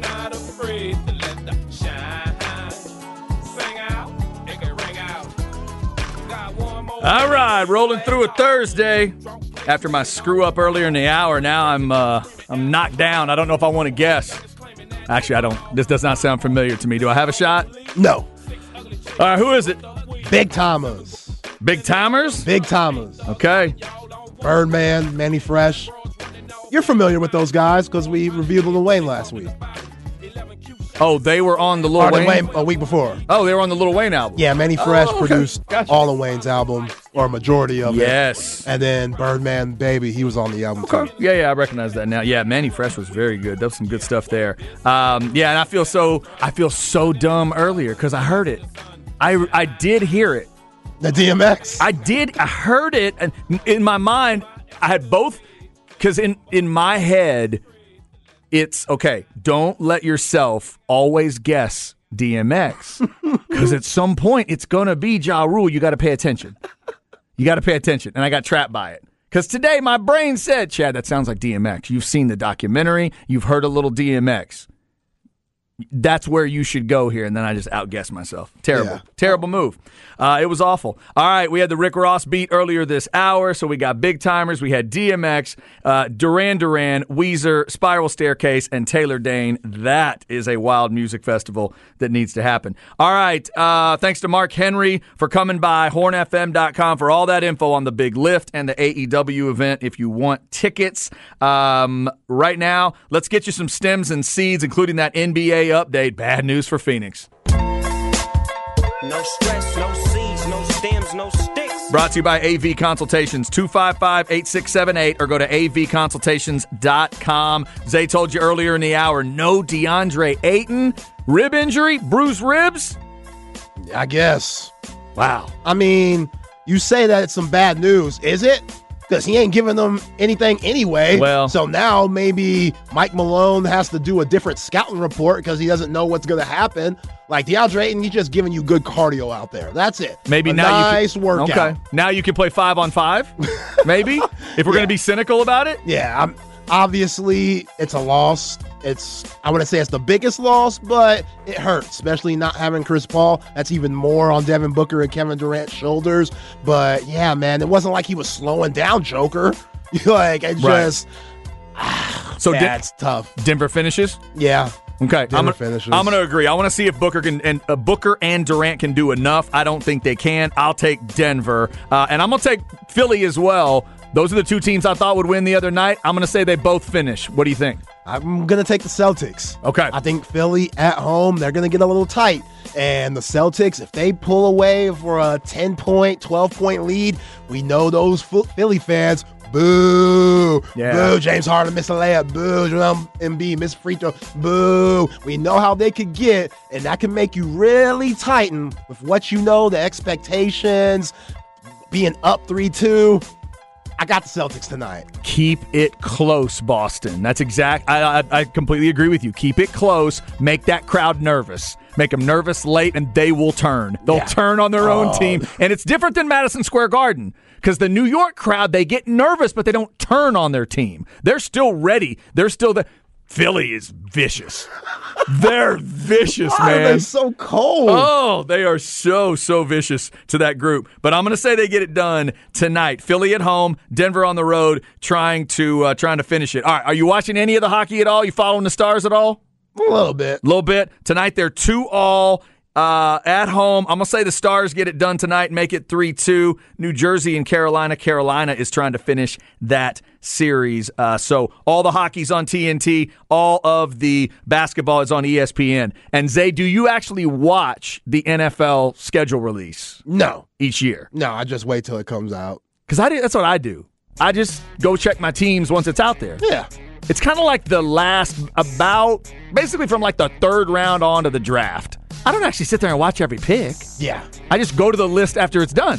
Speaker 7: Not afraid to let the shine. Sing out, it can ring out. Got one more.
Speaker 2: All right, rolling through a Thursday. After my screw up earlier in the hour, now I'm uh, I'm knocked down. I don't know if I want to guess. Actually, I don't. This does not sound familiar to me. Do I have a shot?
Speaker 3: No.
Speaker 2: All right, who is it?
Speaker 3: Big Thomas.
Speaker 2: Big Timers.
Speaker 3: Big Thomas.
Speaker 2: Okay.
Speaker 3: Birdman, Manny Fresh. You're familiar with those guys because we reviewed Lil Wayne last week.
Speaker 2: Oh, they were on the Lil
Speaker 3: Or the
Speaker 2: Wayne.
Speaker 3: Wayne a week before.
Speaker 2: Oh, they were on the Lil Wayne album.
Speaker 3: Yeah,
Speaker 4: Oh,
Speaker 3: Manny Fresh
Speaker 2: okay.
Speaker 3: produced
Speaker 2: Gotcha.
Speaker 3: all of Wayne's album or a majority of it.
Speaker 2: Yes.
Speaker 3: And then Birdman Baby, he was on the album too.
Speaker 2: Yeah, yeah, I recognize that now. Yeah, Manny Fresh was very good. That was some good stuff there. Um, yeah, and I feel so I feel so dumb earlier because I heard it. I I did hear it.
Speaker 3: The DMX.
Speaker 2: I did. I heard it, and in my mind, I had both. Because in in my head, it's okay. Don't let yourself always guess DMX, because at some point it's gonna be Ja Rule. You got to pay attention. You got to pay attention, and I got trapped by it. Because today my brain said, Chad, that sounds like DMX. You've seen the documentary. You've heard a little DMX. That's where you should go here. And then I just outguessed myself. Terrible.
Speaker 3: Yeah.
Speaker 2: Terrible move. Uh, it was awful. All right. We had the Rick Ross beat earlier this hour. So we got Big Timers. We had DMX, uh, Duran Duran, Weezer, Spiral Staircase, and Taylor Dane. That is a wild music festival that needs to happen. All right. Uh, thanks to Mark Henry for coming by, hornfm.com for all that info on the big lift and the AEW event if you want tickets. Um, right now, let's get you some stems and seeds, including that NBA update. Bad news for Phoenix.
Speaker 9: No stress, no seeds, no stems, no sticks.
Speaker 2: Brought to you by AV Consultations, 255 8678, or go to avconsultations.com. Zay told you earlier in the hour no DeAndre Ayton, rib injury, bruised ribs.
Speaker 3: I guess.
Speaker 2: Wow.
Speaker 3: I mean, you say that it's some bad news, is it? Because he ain't giving them anything anyway.
Speaker 2: Well-
Speaker 3: so now maybe Mike Malone has to do a different scouting report because he doesn't know what's going to happen. Like DeAndre Ayton, he's just giving you good cardio out there. That's it.
Speaker 2: Maybe
Speaker 3: a
Speaker 2: now
Speaker 3: nice
Speaker 2: you can,
Speaker 3: workout.
Speaker 2: Okay. Now you can play five on five, maybe, if we're going to be cynical about it.
Speaker 3: Yeah, I'm, obviously it's a loss. It's I wouldn't say it's the biggest loss, but it hurts, especially not having Chris Paul. That's even more on Devin Booker and Kevin Durant's shoulders. But yeah, man, it wasn't like he was slowing down, Joker. like it
Speaker 2: Right.
Speaker 3: just
Speaker 2: So Den-
Speaker 3: that's tough.
Speaker 2: Denver finishes.
Speaker 3: Yeah.
Speaker 2: Okay, I'm
Speaker 3: Denver
Speaker 2: gonna,
Speaker 3: finishes.
Speaker 2: I'm gonna agree. I want to see if Booker can and uh, Booker and Durant can do enough. I don't think they can. I'll take Denver, uh, and I'm gonna take Philly as well. Those are the two teams I thought would win the other night. I'm gonna say they both finish. What do you think?
Speaker 3: I'm gonna take the Celtics.
Speaker 2: Okay.
Speaker 3: I think Philly at home, they're gonna get a little tight. And the Celtics, if they pull away for a 10 point, 12 point lead, we know those Phil- Philly fans. Boo.
Speaker 2: Yeah.
Speaker 3: Boo. James Harden missed a layup. Boo. Joel Embiid missed free throw. Boo. We know how they could get, and that can make you really tighten with what you know, the expectations, being up 3 2. I got the Celtics tonight.
Speaker 2: Keep it close, Boston. That's exact. I, I, I completely agree with you. Keep it close. Make that crowd nervous. Make them nervous late, and they will turn. They'll turn on their
Speaker 3: Oh.
Speaker 2: own team, and it's different than Madison Square Garden because the New York crowd they get nervous, but they don't turn on their team. They're still ready. They're still the Philly is vicious. They're vicious,
Speaker 3: Why
Speaker 2: man.
Speaker 3: are they so cold?
Speaker 2: Oh, they are so, so vicious to that group. But I'm going to say they get it done tonight. Philly at home, Denver on the road, trying to uh, trying to finish it. All right, are you watching any of the hockey at all? You following the Stars at all?
Speaker 3: A little bit.
Speaker 2: A little bit. Tonight they're 2 all uh, at home. I'm going to say the Stars get it done tonight, make it 3 2. New Jersey and Carolina. Carolina is trying to finish that series. Uh, so all the hockey's on TNT, all of the basketball is on E ESPN. And Zay, do you actually watch the NFL schedule release
Speaker 3: No,
Speaker 2: each year?
Speaker 3: no, I just wait till it comes out.
Speaker 2: Because I do, that's what I do. I just go check my teams once it's out there.
Speaker 3: Yeah.
Speaker 2: It's kind of like the last about basically from like the third round on to the draft. I don't actually sit there and watch every pick.
Speaker 3: Yeah.
Speaker 2: I just go to the list after it's done.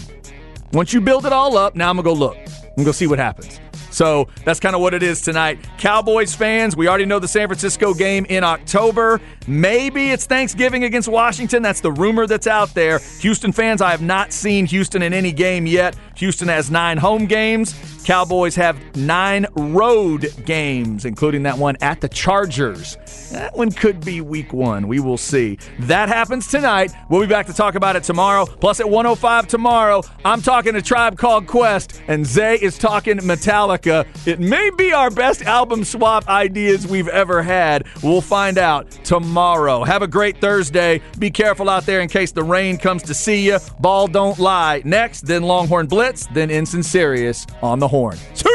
Speaker 2: Once you build it all up, now I'm gonna go look. I'm gonna see what happens. So that's kind of what it is tonight. Cowboys fans, we already know the San Francisco game in October. Maybe it's Thanksgiving against Washington. That's the rumor that's out there. Houston fans, I have not seen Houston in any game yet. Houston has nine home games. Cowboys have nine road games, including that one at the Chargers. That one could be week one. We will see. That happens tonight. We'll be back to talk about it tomorrow. Plus, at 105 tomorrow, I'm talking to Tribe Called Quest, and Zay is talking Metallica. It may be our best album swap ideas we've ever had. We'll find out tomorrow. Have a great Thursday. Be careful out there in case the rain comes to see you. Ball don't lie. Next, then Longhorn Blitz, then Ensign Sirius on the horn. Two!